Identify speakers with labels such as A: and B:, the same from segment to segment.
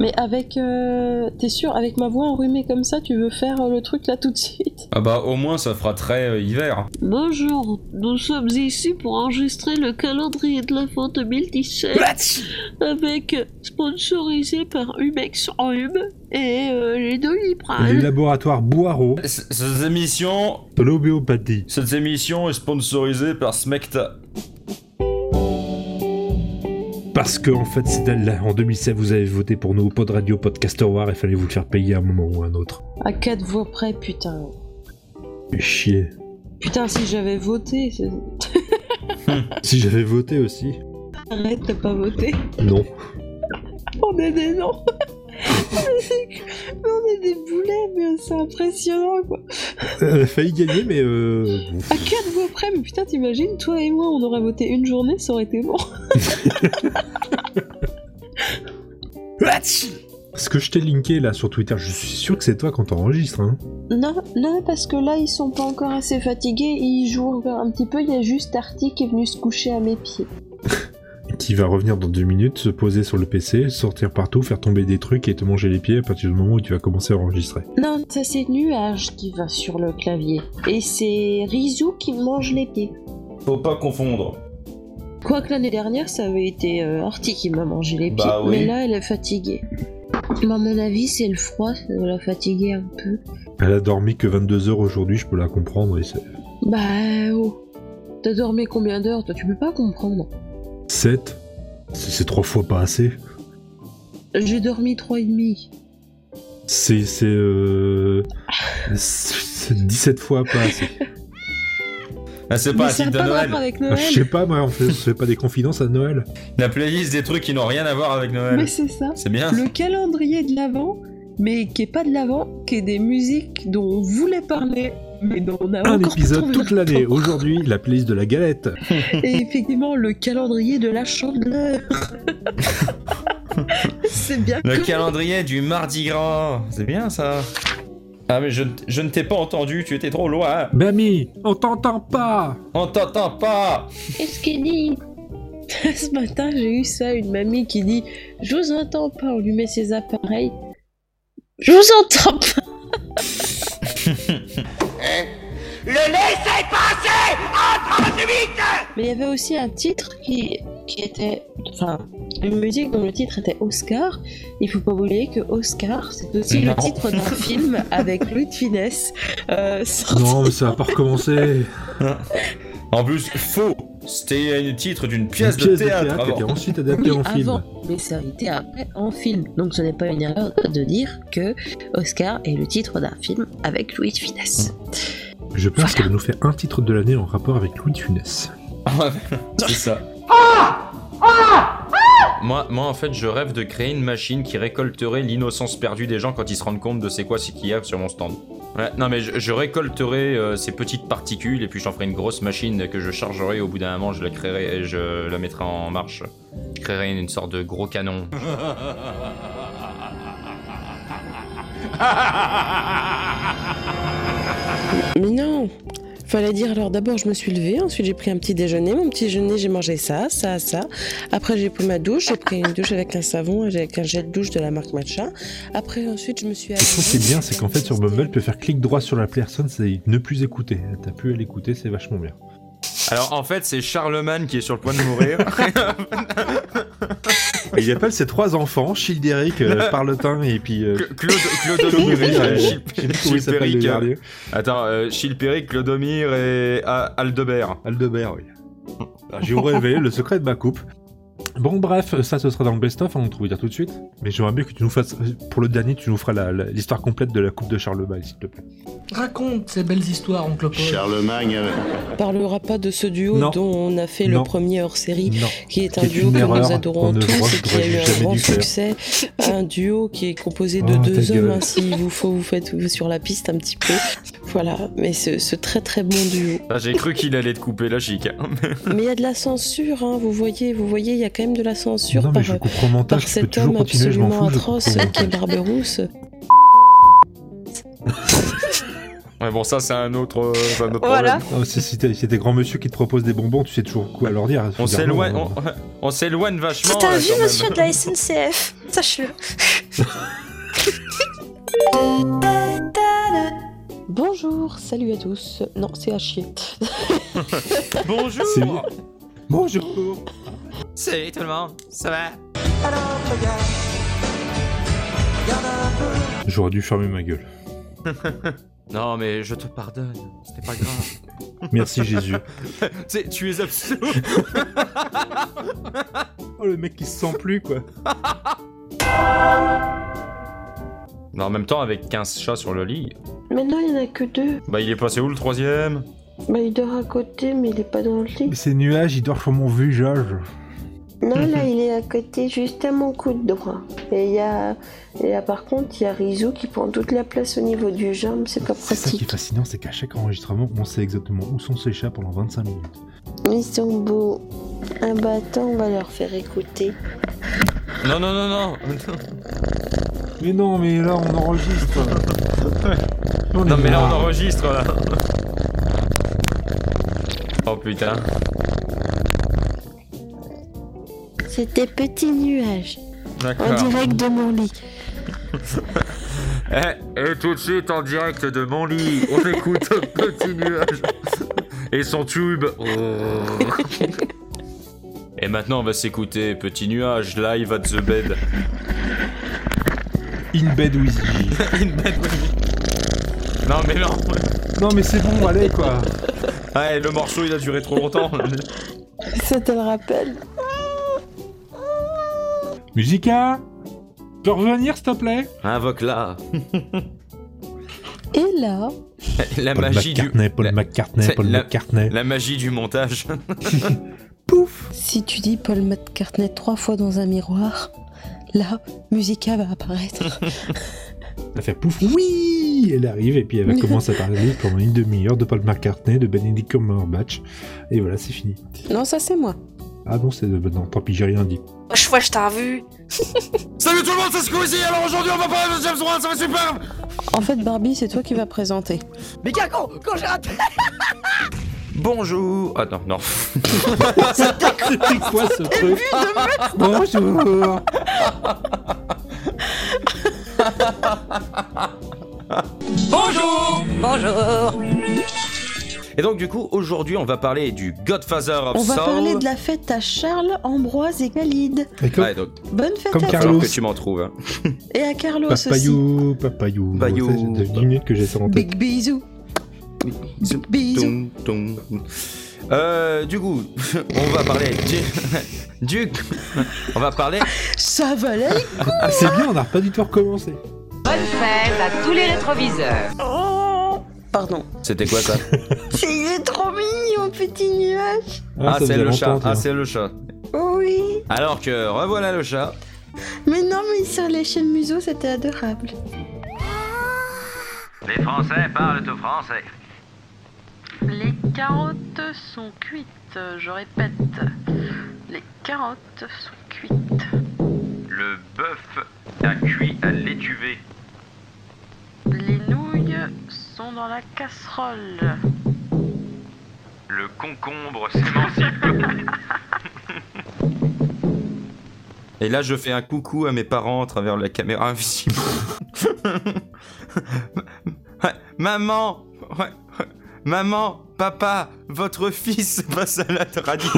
A: Mais avec. euh, T'es sûr, avec ma voix enrhumée comme ça, tu veux faire euh, le truc là tout de suite
B: Ah bah au moins ça fera très euh, hiver.
C: Bonjour, nous sommes ici pour enregistrer le calendrier de l'avant 2017 avec sponsorisé par Humex en Hum et euh, les
D: Les
C: Doliprane.
D: laboratoires Boireau,
B: C- Cette émission,
D: de l'obéopathie.
B: cette émission est sponsorisée par Smecta.
D: Parce que, en fait, c'est elle, là. En 2007, vous avez voté pour nous, Pod Radio, Podcaster War, et fallait vous le faire payer à un moment ou à un autre.
A: À quatre voix près, putain.
D: Mais Chier.
A: Putain, si j'avais voté, c'est-
D: Si j'avais voté aussi.
A: arrête, t'as pas voté.
D: Non.
A: On est des noms. mais on est des boulets, mais c'est impressionnant quoi.
D: Elle a failli gagner, mais euh.
A: À quatre voix près, mais putain, t'imagines, toi et moi, on aurait voté une journée, ça aurait été bon.
D: Ce que je t'ai linké là sur Twitter, je suis sûr que c'est toi quand t'enregistres, hein.
A: Non, non, parce que là, ils sont pas encore assez fatigués, ils jouent encore un petit peu. Il y a juste Artie qui est venu se coucher à mes pieds.
D: Qui va revenir dans deux minutes, se poser sur le PC, sortir partout, faire tomber des trucs et te manger les pieds à partir du moment où tu vas commencer à enregistrer.
A: Non, ça c'est Nuage qui va sur le clavier. Et c'est Rizou qui mange les pieds.
B: Faut pas confondre.
A: Quoique l'année dernière, ça avait été euh, Artie qui m'a mangé les pieds.
B: Bah oui.
A: Mais là, elle est fatiguée. Mais à mon avis, c'est le froid, ça doit la fatiguer un peu.
D: Elle a dormi que 22 heures aujourd'hui, je peux la comprendre et c'est.
A: Bah oh. T'as dormi combien d'heures Toi, tu peux pas comprendre.
D: 7 C'est c'est trois fois pas assez.
A: J'ai dormi trois et demi.
D: C'est. C'est. Euh... c'est 17 fois pas assez.
B: Ah, c'est pas un site de Noël.
A: avec
D: Ah, je sais pas, moi, on fait, on fait pas des confidences à Noël.
B: La playlist des trucs qui n'ont rien à voir avec Noël.
A: Mais c'est ça.
B: C'est bien.
A: Le calendrier de l'avant, mais qui est pas de l'avant, qui est des musiques dont on voulait parler, mais dont on a
D: Un
A: encore pas
D: épisode
A: trouvé
D: toute
A: le
D: l'année.
A: temps.
D: Aujourd'hui, la playlist de la galette.
A: Et effectivement, le calendrier de la chandeleur. c'est bien
B: Le
A: connu.
B: calendrier du Mardi Gras. C'est bien ça. Ah mais je, je ne t'ai pas entendu, tu étais trop loin.
D: Mamie, Ben, on t'entend pas
B: On t'entend pas.
C: Qu'est-ce qu'il dit
A: Ce matin, j'ai eu ça, une mamie qui dit Je vous entends pas, on lui met ses appareils. Je vous entends pas Le nez s'est passé Mais il y avait aussi un titre qui, qui était. Enfin, une musique dont le titre était Oscar. Il faut pas oublier que Oscar, c'est aussi
B: Non.
A: le titre d'un film avec Louis de Finesse. euh, sorti-
D: Non, mais ça va pas recommencer.
B: En plus, faux. C'était le titre d'une pièce,
D: Une pièce
B: de théâtre.
D: qui a été
B: avant.
D: ensuite adaptée
A: Oui,
D: en film.
A: avant, mais ça a été après en film. Donc ce n'est pas une erreur de dire que Oscar est le titre d'un film avec Louis de Finesse.
B: Mmh.
D: Je pense qu'elle va nous fait un titre de l'année en rapport avec Louis de Funès.
B: C'est ça. moi, moi, en fait, je rêve de créer une machine qui récolterait l'innocence perdue des gens quand ils se rendent compte de c'est quoi ce qu'il y a sur mon stand. Ouais, non, mais je, je récolterai euh, ces petites particules et puis j'en ferai une grosse machine que je chargerai au bout d'un moment, je la créerai et je la mettrai en marche. Je créerai une, une sorte de gros canon.
E: Mais non Fallait dire alors d'abord je me suis levée, ensuite j'ai pris un petit déjeuner. Mon petit déjeuner j'ai mangé ça, ça, ça. Après j'ai pris ma douche, j'ai pris une douche avec un savon et avec un gel douche de la marque Matcha. Après ensuite je me suis
D: Ce qui est bien, c'est qu'en fait sur Bumble, tu peux faire clic droit sur la personne, c'est ne plus écouter. T'as plus à l'écouter, c'est vachement bien.
B: Alors, en fait, c'est Charlemagne qui est sur le point de mourir.
D: Il appelle ses trois enfants, Childéric, euh, Parletin et puis. euh,
B: Cl- Claude,
D: Claude
B: Clodomir,
D: Berry,
B: euh,
D: euh,
B: Chil-
D: je sais plus comment il s'appelle le
B: Chilpéric, euh,
D: dernier.
B: Attends, euh, Chilpéric, Clodomir et A- Aldebert.
D: Aldebert, oui. Ah, J'ai rêvé, le secret de ma coupe. Bon, bref, ça ce sera dans le best-of, hein, on te vous dire tout de suite. Mais j'aimerais bien que tu nous fasses, pour le dernier, tu nous feras la- la- l'histoire complète de la coupe de Charlemagne, s'il te plaît.
F: Raconte ces belles histoires, oncle Paul.
G: Charlemagne. avait-
E: On parlera pas de ce duo
D: Non.
E: dont on a fait
D: Non.
E: le premier hors série,
D: Non.
E: qui est un
D: Qui est
E: duo
D: une
E: que
D: erreur
E: nous adorons
D: qu'on ne
E: tous
D: devrait-
E: et qui a eu
D: jamais
E: un
D: dû
E: grand
D: faire.
E: succès. Un duo qui est composé de
D: Oh, ta
E: deux hommes.
D: gueule.
E: hein, S'il vous faut, vous faites sur la piste un petit peu. Voilà, mais ce, ce très très bon duo.
B: Ah, J'ai cru qu'il allait te couper la chic.
E: Mais il y a de la censure, hein, vous voyez, vous voyez, il y a quand même de la censure
D: Non, mais
E: par,
D: je couperai au montage,
E: par
D: je peux
E: cet
D: toujours
E: homme
D: continuer, je m'en
E: absolument
D: fous. je couperai au
E: atroce qui est
D: montage.
E: Barberousse.
B: Ouais, bon, ça, c'est un autre, euh, c'est un autre
G: Voilà.
B: problème.
D: Oh, si si t'es si t'es grand monsieur qui te propose des bonbons, tu sais toujours quoi leur dire. hein.
B: On
D: Faut dire
B: s'éloigne,
D: non,
B: on, on s'éloigne vachement.
G: T'as
B: là,
G: vu
B: quand même.
G: monsieur de la SNCF Sache-le.
A: Bonjour, salut à tous. Non, c'est à chier.
B: Bonjour.
D: C'est bien. Bonjour.
B: Salut tout le monde, ça va
D: J'aurais dû fermer ma gueule.
B: Non, mais je te pardonne, ce n'est pas grave.
D: Merci Jésus.
B: C'est- tu es absolu.
D: Oh le mec qui se sent plus quoi.
B: Non, en même temps, avec 15 chats sur le lit,
A: Maintenant, il n'y en a que deux.
B: bah il est passé où le troisième
A: Bah, il dort à côté, mais il est pas dans le lit.
D: Ces nuages, ils dorment sur mon visage.
A: Non, là, il est à côté, juste à mon coude droit. Et il y a. Et là, par contre, il y a Rizou qui prend toute la place au niveau du jambe, c'est pas
D: C'est ça qui est
A: pratique.
D: fascinant, c'est qu'à chaque enregistrement, on sait exactement où sont ces chats pendant 25 minutes.
A: Ils sont beaux. Un bâton, on va leur faire écouter.
B: Non, non, non, non.
D: Mais non, mais là on enregistre. On
B: Non,
D: est
B: mais là, on
D: marre.
B: enregistre là. Oh putain.
A: C'est des petits nuages, en
B: D'accord.
A: direct de mon lit.
B: Eh, Et, tout de suite en direct de mon lit, on écoute Petit Nuage et son tube. Oh. Et maintenant, on va s'écouter Petit Nuage live at the bed.
D: In bed with you.
B: In bed with me. Non, mais non.
D: Non mais c'est bon, allez quoi.
B: Ouais, le morceau il a duré trop longtemps.
A: C'était le rappel.
D: Musica Tu peux revenir s'il te plaît
B: Invoque là.
A: Et là,
B: La
D: Paul
B: magie du.
D: McCartney, Paul
B: la-
D: McCartney,
B: c'est
D: Paul
B: la-
D: McCartney.
B: La magie du montage.
D: Pouf
E: Si tu dis Paul McCartney trois fois dans un miroir, là, Musica va apparaître.
D: Ça fait pouf, oui Elle arrive et puis elle va commencer à parler pendant une demi-heure de Paul McCartney, de Benedict Cumberbatch. Et voilà, c'est fini.
E: non, ça c'est moi.
D: Ah non, c'est de... Non, tant pis, j'ai rien dit.
G: Je vois, je t'ai revu.
B: Salut tout le monde, c'est Squeezie. Alors aujourd'hui, on va parler de James Wan, ça va superbe.
E: En fait, Barbie, c'est toi qui vas présenter.
H: Mais quand, quand j'ai raté
B: Bonjour. Ah non, non.
D: C'était quoi ce truc Bonjour
H: Bonjour Bonjour
B: Et donc, du coup, aujourd'hui, on va parler du Godfather of
E: On va
B: Soul.
E: parler de la fête à Charles, Ambroise et Galide.
D: Et comme-
B: Ouais, donc,
E: Bonne fête
D: Comme
E: à
D: Carlos.
B: alors que tu m'en trouves. hein.
E: toi. Et à Carlos aussi.
D: Papayou, papayou.
B: Papayou.
D: Ça, c'est une minute que j'ai ça en tête.
E: Big bisous.
B: Bisous.
E: Bisous.
B: Toum, toum. Euh, du coup, on va parler du... du- On va parler...
E: Ça valait
D: Ah, c'est bien, on n'a pas du tout recommencé.
H: Bonne fête à tous les rétroviseurs
C: Oh
E: Pardon.
B: C'était quoi
D: Ah,
B: ça
A: c'est il est trop mignon, petit nuage.
B: Ah,
D: ça
B: c'est
D: faisait
B: le chat.
D: longtemps,
B: Ah,
D: tiens.
B: c'est le chat.
A: Oui.
B: Alors que revoilà le chat.
A: Mais non, mais sur l'échelle museau, c'était adorable.
B: Les Français parlent au français.
C: Les carottes sont cuites, je répète. Les carottes sont cuites.
B: Le bœuf a cuit à l'étuvée.
C: Les nouilles sont dans la casserole.
B: Le concombre s'émancipe. Et là, je fais un coucou à mes parents à travers la caméra invisible. Ouais, maman, ouais, ouais. maman, papa, votre fils passe à la radio.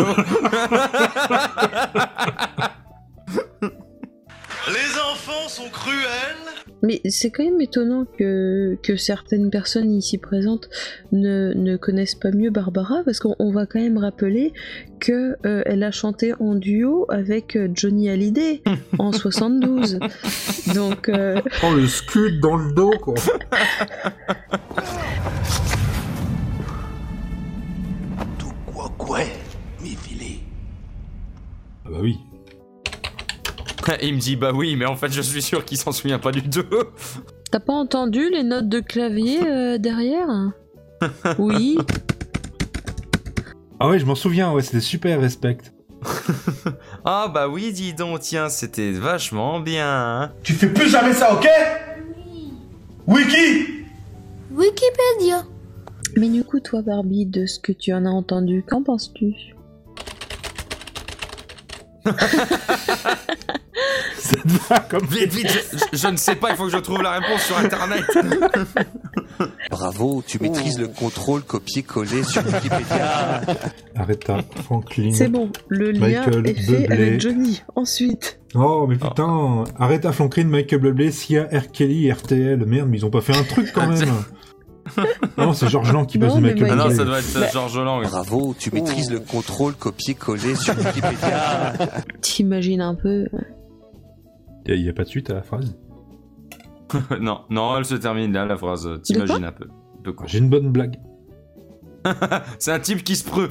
I: Les enfants sont cruels
A: Mais c'est quand même étonnant que, que certaines personnes ici présentes ne, ne connaissent pas mieux Barbara, parce qu'on on va quand même rappeler que euh, elle a chanté en duo avec euh, Johnny Hallyday en 72. Donc, euh,
D: Oh, le scud dans le dos, quoi.
I: Tout quoi quoi mes filets.
D: Ah bah oui.
B: Il me dit bah oui, mais en fait, je suis sûr qu'il s'en souvient pas du tout.
A: t'as pas entendu les notes de clavier euh, derrière Oui,
D: Ah ouais, je m'en souviens, ouais, c'était super respect.
B: Ah bah oui, dis donc, tiens, c'était vachement bien. hein.
I: Tu fais plus jamais ça, ok Wiki
J: Wikipédia dire.
A: Mais du coup, toi, Barbie, de ce que tu en as entendu, qu'en penses-tu
D: Cette blague, comme
B: Vite, vite, je, je- je ne sais pas, il faut que je trouve la réponse sur internet.
I: Bravo, tu maîtrises le contrôle copier-coller sur Wikipédia.
D: Arrêta, Franklin.
A: C'est bon, le lien
D: Michael
A: est fait
D: Bublé.
A: avec Johnny. Ensuite,
D: Oh,
B: Ah.
D: mais putain, arrête à Franklin, Michael Bublé, Sia, R. Kelly, RTL. Merde, mais ils ont pas fait un truc quand même. non, c'est Georges Lang qui
A: Non,
D: passe de
A: mais
D: Michael
B: Ah
A: Michael-
B: non, ça doit
D: Bublé.
B: être
A: Bah.
B: Georges Lang.
I: Bravo, tu maîtrises le contrôle copier-coller sur Wikipédia.
A: t'imagines un peu.
D: Il n'y a, pas de suite à la phrase.
B: non, non, elle se termine là, la phrase. euh, T'imagines un peu. De quoi
D: Ah, J'ai une bonne blague.
B: C'est un type qui se preux.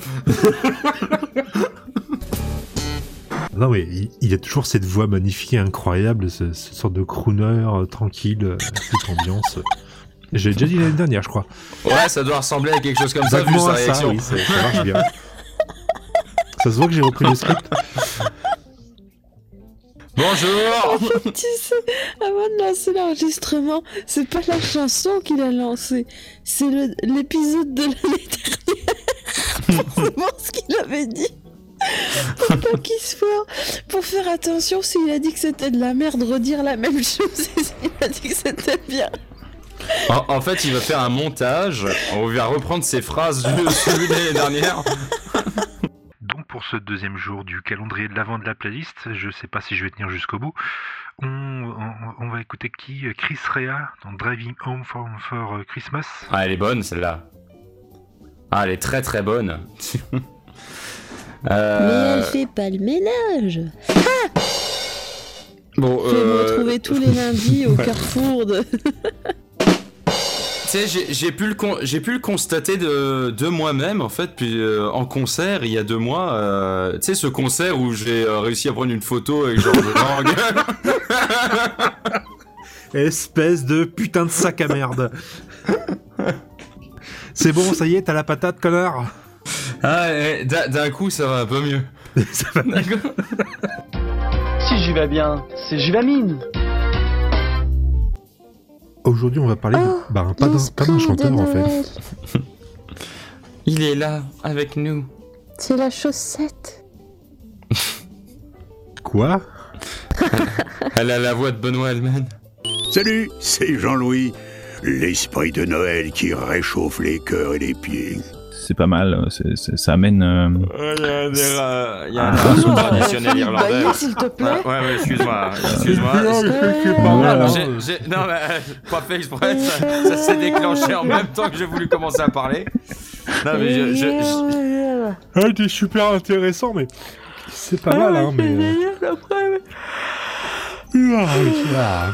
D: Non, mais il, il y a toujours cette voix magnifique et incroyable, ce- cette sorte de crooner euh, tranquille, euh, toute ambiance. J'ai déjà dit l'année dernière, je crois.
B: Ouais, ça doit ressembler à quelque chose comme ça, vu
D: Vaguement
B: sa
D: à ça,
B: réaction.
D: oui, c'est- ça marche bien. ça se voit que j'ai repris le script.
B: Bonjour
E: tu sais, avant de lancer l'enregistrement, c'est pas la chanson qu'il a lancée, c'est le- l'épisode de l'année dernière. Forcément, ce qu'il avait dit. Pour pas qu'il se foire, pour faire attention, s'il a dit que c'était de la merde, redire la même chose et s'il a dit que c'était bien.
B: en, en fait, il va faire un montage. On va reprendre ses phrases de celui de l'année dernière.
D: Donc pour ce deuxième jour du calendrier de l'avant de la playlist, je sais pas si je vais tenir jusqu'au bout, on, on- on va écouter qui Chris Rea dans Driving Home for, for Christmas.
B: Ah, elle est bonne celle-là. Ah, elle est très très bonne.
E: Mais elle
B: Euh,
E: fait pas le ménage.
B: bon,
E: Je vais me
B: euh,
E: retrouver tous les lundis au carrefour de.
B: Tu sais, j'ai- j'ai pu le con- j'ai pu le constater de, de moi-même en fait. Puis euh, en concert il y a deux mois, euh, tu sais ce concert où j'ai euh, réussi à prendre une photo avec Georges Lang.
D: Espèce de putain de sac à merde. C'est bon, ça y est, t'as la patate, connard.
B: ah, et d'un d'un coup ça va un peu mieux.
D: Ça va.
B: D'accord.
K: Si j'y vais bien, c'est Juvamine.
D: Aujourd'hui, on va parler de-
C: Oh,
D: bah, pas d'un- pas d'un chanteur en fait.
B: Il est là avec nous.
J: C'est la chaussette.
D: Quoi
B: Elle a la voix de Benoît Hellman.
I: Salut, c'est Jean-Louis, l'esprit de Noël qui réchauffe les cœurs et les pieds.
L: C'est pas mal, euh, c'est- c'est- ça amène... euh,
B: Il y
L: a
B: a
L: un
B: un
L: Ah.
B: morceau
L: morceau
B: traditionnel irlandais.
E: Oh, s'il te plaît.
B: Ouais, ouais, excuse-moi, excuse-moi. J'ai- j'ai- Non, mais, euh, pas fait exprès, ça, ça s'est déclenché en même temps que j'ai voulu commencer à parler. Non, Ah, mais je. je- je-
D: Ah, t'es super intéressant, mais c'est
C: Ah,
D: pas mal, hein, mais... euh, Ah,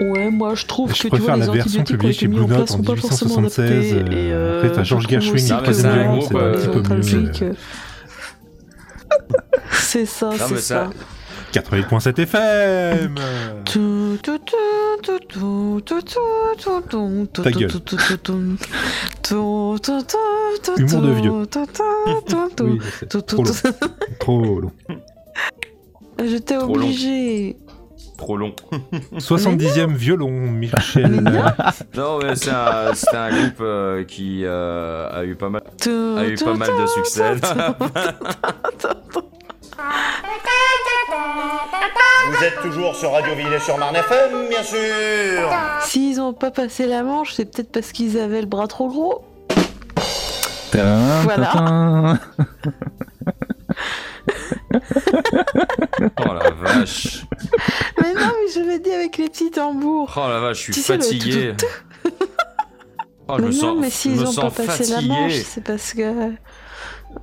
C: Ouais, moi je trouve
D: Je
C: que tu
D: préfère
C: vois,
D: la
C: les
D: version
C: antibiotiques
D: publiée
C: ont été
D: chez
C: mis
D: Blue
C: en
D: Note
C: place
D: en
C: sont pas forcément
D: 1876.
C: adaptés. et,
D: euh,
C: euh,
D: Après, t'as Georges
C: je trouve
D: Gershwin
C: aussi
D: qui
B: Ah, mais
C: que
D: prenait
B: c'est
C: ça
B: un
D: le nom,
C: rend
B: groupe,
D: c'est un
B: euh,
D: petit peu mieux.
C: nostalgique. C'est ça,
B: Non,
C: c'est
B: mais ça.
C: ça.
D: 88.7 FM
C: Tout, tout, tout, tout, tout, tout, tout, tout, tout,
D: Ta
C: tout,
D: gueule.
C: tout, tout, tout, tout, tout, tout, tout, tout,
D: Humour de vieux.
C: tout, tout, tout, tout,
D: Oui, je sais.
C: tout,
D: Trop
C: tout,
D: long.
C: tout.
D: Trop long.
C: J'étais
B: Trop long.
C: obligée.
B: Trop long.
D: 70e violon, Michel.
B: Non, mais c'est un, c'est un groupe euh, qui euh, a eu pas mal,
C: Tout,
B: a eu
C: tout,
B: Ah, pas mal de succès.
I: Vous êtes toujours sur Radio Villet sur Marne FM, bien sûr
C: S'ils ont pas passé la manche, c'est peut-être parce qu'ils avaient le bras trop gros.
L: tadam,
C: Voilà.
L: tadam.
B: Oh la vache.
C: Mais non, mais je l'ai dit avec les petits tambours.
B: Oh la vache, je suis
C: Tu sais, le
B: fatigué. Oh, je
C: mais non,
B: me sens,
C: mais
B: je
C: s'ils
B: me
C: ont pas
B: sens
C: passé
B: fatigué.
C: la manche, c'est parce que.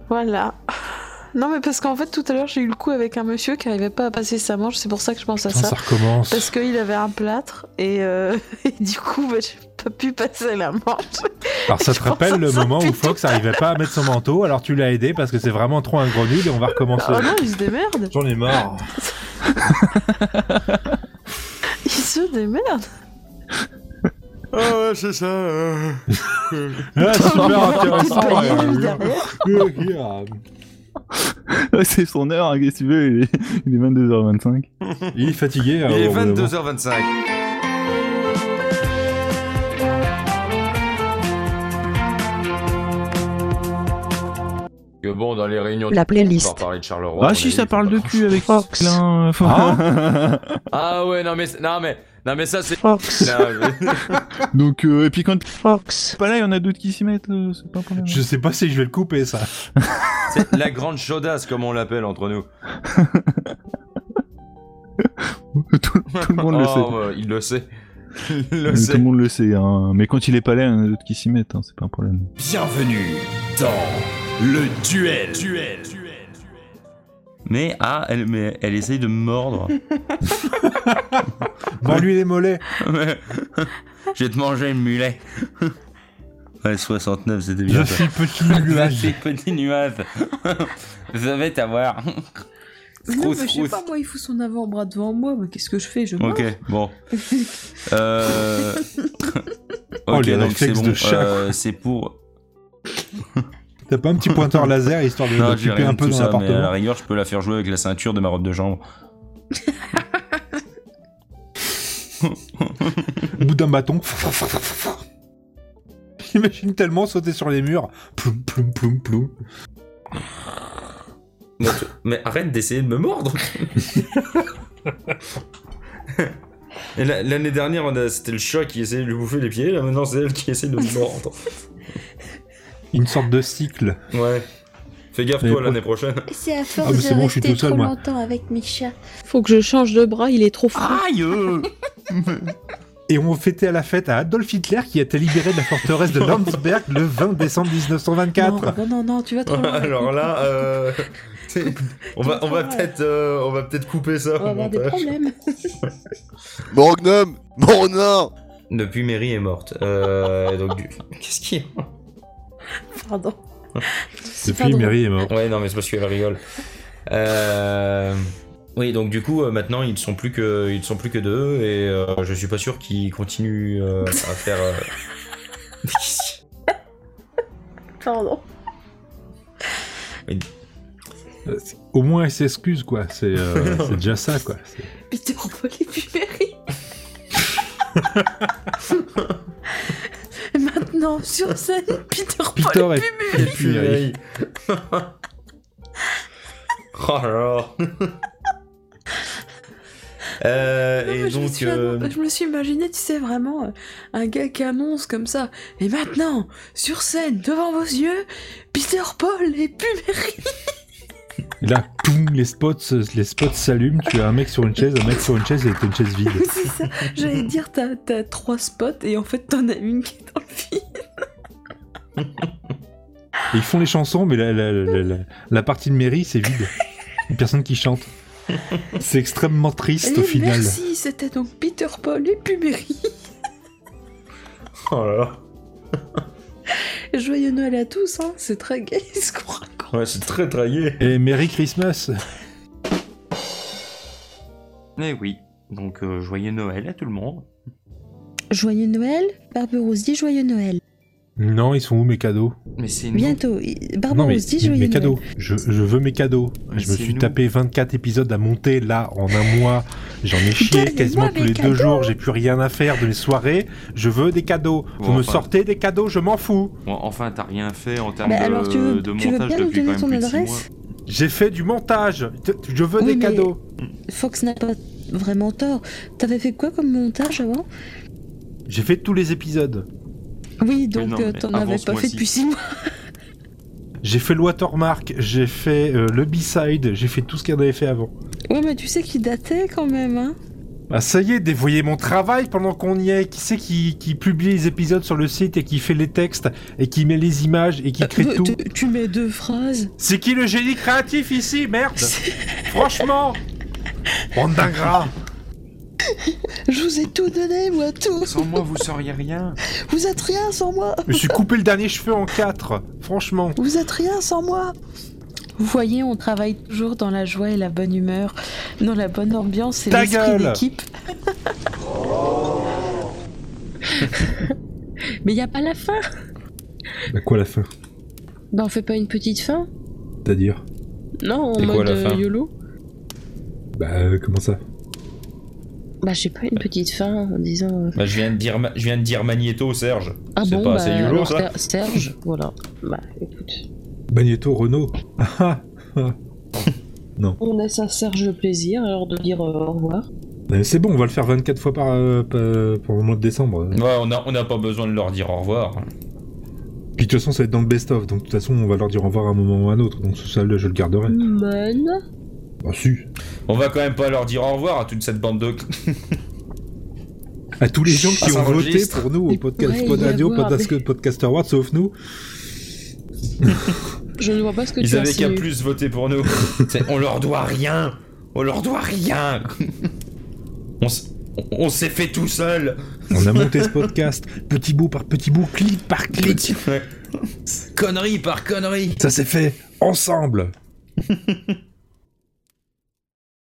C: Voilà. Non, mais parce qu'en fait, tout à l'heure, j'ai eu le coup avec un monsieur qui arrivait pas à passer sa manche, c'est pour ça que je pense à
D: Putain,
C: ça.
D: ça recommence.
C: Parce qu'il avait un plâtre et, euh, et du coup, bah, j'ai pas pu passer la manche.
D: Alors ça te
C: je pense
D: rappelle
C: à
D: le
C: ça
D: moment où
C: depuis
D: Fox arrivait pas à mettre son manteau, alors tu l'as aidé parce que c'est vraiment trop un grenouille et on va recommencer.
C: Ah non, il se démerde.
D: J'en ai marre.
C: Il se démerde.
B: Ah ouais, c'est ça. euh.
D: Ah,
C: Oh,
D: super
C: Il
E: Ah,
D: intéressant. Ah,
C: paye juste
D: ouais.
C: derrière.
D: Ok, euh,
L: c'est son heure, hein, qu'est-ce que tu veux, il est, il est 22h25.
D: Il est fatigué.
B: Il
D: euh,
B: est
D: au bout d'un moment.
B: 22h25. Que bon, dans les réunions
E: La
B: de-
E: playlist.
B: on va parler de Charleroi.
L: Ah
B: on a
L: si,
B: vu,
L: ça
B: faut
L: parle
B: pas
L: de
B: grand-
L: cul avec
E: Fox.
L: Klein, euh, Fox.
B: Ah ouais, non mais, non mais, non mais ça c'est.
E: Fox.
B: Non, mais-
L: Donc, euh, et puis quand...
E: Fox.
L: Pas là, il y en a d'autres qui s'y mettent, euh, c'est pas un problème.
D: Je sais pas si je vais le couper, ça.
B: c'est la grande chaudasse comme on l'appelle entre nous.
L: tout, tout le monde le sait.
B: Oh, euh, il le sait. Il
L: Mais
B: le
L: tout le
B: sait.
L: monde le sait, hein. mais quand il est pas là, il y en a d'autres qui s'y mettent, hein, c'est pas un problème.
B: Bienvenue dans le duel. Mais ah, elle, mais elle essaye de me mordre.
D: Bon, Bah, lui, les mollets.
B: Je vais te manger le mulet. Ouais, 69, c'était
D: Je
B: bien. ça.
D: suis petit
B: Je
D: nuage.
B: suis petit nuage. Je vais t'avoir.
A: Mais non,
B: Scrousse,
A: mais je sais
B: scrousse.
A: pas, moi, il faut son avant-bras devant moi, mais qu'est-ce que je fais Je
B: Ok,
A: marche.
B: bon. Euh...
D: Oh,
B: ok,
D: les
B: donc c'est
D: réflexes
B: bon.
D: de chat,
B: euh, c'est pour.
D: T'as pas un petit pointeur laser histoire de
B: Non, j'ai
D: l'occuper
B: rien
D: un
B: de
D: peu
B: tout
D: dans
B: ça, mais à la
D: l'appartement
B: rigueur, je peux la faire jouer avec la ceinture de ma robe de chambre.
D: Au bout d'un bâton. J'imagine tellement sauter sur les murs. Ploum, ploum, ploum, ploum.
B: Mais, tu- mais arrête d'essayer de me mordre Et la- L'année dernière, on a- c'était le chat qui essayait de lui bouffer les pieds, là maintenant c'est elle qui essaie de me mordre.
D: Une sorte de cycle.
B: Ouais. Fais gaffe,
D: Et
B: toi,
D: ouais.
B: l'année prochaine.
D: Ah,
J: C'est à
D: mais
J: force
D: c'est
J: de
D: bon, je suis
J: rester
D: tout seul,
J: trop
D: moi.
J: longtemps avec mes chats.
M: Faut que je change de bras, il est trop froid.
A: Ah,
B: Aïe
D: Et on fêtait à la fête à Adolf Hitler qui a été libéré de la forteresse de Landsberg le 20 décembre 1924.
A: Non, non, non, tu vas trop loin.
B: Alors là, euh, t'sais, on va, on va peut-être euh, on va peut-être couper ça.
A: On va avoir des problèmes.
B: Mon gnome Mon nom Depuis Mary est morte. Euh, donc du- Qu'est-ce qu'il y a
A: Pardon.
B: Depuis
A: pas drôle. Mary
D: est morte.
B: Ouais, non, mais c'est parce qu'elle rigole. Euh, Oui, donc du coup, euh, maintenant, ils sont plus que, ils sont plus que deux, et euh, je suis pas sûr qu'ils continuent euh, à faire... euh,
A: Pardon.
D: Euh, Au moins, elle s'excuse, quoi. C'est euh, c'est déjà ça, quoi. C'est-
A: Peter Paul et puis Mary. Maintenant, sur scène, Peter Paul
D: Peter
A: et
D: et-
A: puis euh, Mary.
D: et puis euh, Mary.
B: Oh là là. Euh,
A: Non,
B: et
A: mais je, me
B: donc...
A: suis,
B: euh,
A: je me suis imaginé, tu sais, vraiment, euh, un gars qui annonce comme ça. Et maintenant, sur scène, devant vos yeux, Peter Paul et puis Mary.
D: Et là, poum, les spots se- les spots s'allument. Tu as un mec sur une chaise, un mec sur une chaise et t'as une chaise vide.
A: C'est ça. J'allais dire, t'as t'as trois spots et en fait, t'en as une qui est dans le film.
D: Et ils font les chansons, mais la, la- la- la- la partie de Mary, c'est vide. Une personne qui chante. C'est extrêmement triste au
A: Et
D: final.
A: Eh, Merci, c'était donc Peter Paul et puis Mary.
B: Oh là là.
A: Joyeux Noël à tous, hein. C'est très gay ce qu'on raconte.
B: Ouais, c'est très traillé.
D: Et Merry Christmas
B: Eh oui, donc euh, joyeux Noël à tout le monde.
E: Joyeux Noël, Barberousse dit joyeux Noël.
D: Non, ils sont où mes cadeaux
B: Mais c'est
E: Bientôt, il-
D: Non, mais
E: Barberousse dit
D: mes-
E: joyeux
D: mes
E: Noël.
D: cadeaux. Je, je veux mes cadeaux.
B: Mais
D: je me
B: Ah, c'est
D: suis
B: nous.
D: tapé 24 épisodes à monter là en un mois. J'en ai chié
E: Donnez-moi
D: quasiment
E: mes
D: tous les
E: cadeaux.
D: deux jours. J'ai plus rien à faire de mes soirées. Je veux des cadeaux. Vous
B: Bon,
D: me
B: enfin.
D: sortez des cadeaux, je m'en fous.
B: Bon, enfin, t'as rien fait en termes
E: Mais
B: de,
E: Bah, alors, tu veux-
B: de
E: tu veux
B: montage
E: bien nous
B: depuis quand
E: donner
B: même
E: ton
B: plus de six
E: adresse
B: mois.
D: J'ai fait du montage. T- Je veux
E: Oui,
D: des
E: mais-
D: cadeaux.
E: Fox n'a pas vraiment tort. T'avais fait quoi comme montage avant
D: J'ai fait tous les épisodes.
E: Oui,
B: Mais non,
E: donc euh,
B: mais
E: t'en
B: avant
E: avais
B: ce
E: pas fait
B: mois-ci.
E: depuis 6 mois.
D: J'ai fait le Watermark. J'ai fait euh, le B-side. J'ai fait tout ce qu'on avait fait avant.
E: Ouais, mais tu sais qu'il datait quand même, hein
D: Bah ça y est, dévoyez mon travail pendant qu'on y est. Qui c'est qui, qui publie les épisodes sur le site et qui fait les textes et qui met les images et qui crée
E: Euh,
D: tout
E: tu- Tu mets deux phrases.
D: C'est qui le génie créatif ici Merde Franchement Bande d'ingrats
E: Je vous ai tout donné, moi, tout
B: Sans moi, vous sauriez rien.
E: Vous êtes rien sans moi
D: Je me suis coupé le dernier cheveu en quatre Franchement
E: Vous êtes rien sans moi
A: Vous voyez, on travaille toujours dans la joie et la bonne humeur, dans la bonne ambiance et
D: Ta
A: l'esprit
D: gueule
A: d'équipe. Mais y a pas la fin
D: Bah quoi la fin
A: Bah on fait pas une petite fin
D: C'est-à-dire
A: Non, en
B: C'est quoi,
A: mode
B: la
A: euh,
B: fin
A: YOLO
D: Bah comment ça
A: Bah j'ai pas une petite fin en disant... euh,
B: Bah, je viens de dire, ma- je viens de dire Magneto, Serge.
A: Ah
B: c'est
A: bon,
B: pas
A: bah,
B: assez yolo,
A: alors,
B: ça
A: Ser- Serge, voilà. Bah écoute,
D: Magneto, Renault. Ah, ah. non.
A: On laisse à Serge le plaisir alors de dire euh, au revoir.
D: Euh, C'est bon, on va le faire 24 fois par, euh, par- pour le mois de décembre.
B: Ouais, on n'a on a pas besoin de leur dire au revoir.
D: Puis de toute façon, ça va être dans le best-of, donc de toute façon, on va leur dire au revoir à un moment ou à un autre, donc ça, là, je le garderai.
A: Mm.
N: Mon.
D: Ah, si.
B: On va quand même pas leur dire au revoir à toute cette bande de.
D: À tous les gens qui
B: Ah, ça
D: ont voté
B: enregistre.
D: pour nous au
B: Il
D: podcast
A: pourrait
D: Pod
A: y
D: Radio,
A: avoir
D: podcast,
A: des-
D: podcast Award, sauf nous.
A: Je ne vois pas ce que
B: Ils
A: tu as
B: avaient qu'à
A: insinué.
B: plus voter pour nous. C'est- on leur doit rien. On leur doit rien. on s- on- on s'est fait tout seul.
D: On a monté ce podcast petit bout par petit bout, clic par clic.
B: Connerie par connerie.
D: Ça s'est fait ensemble.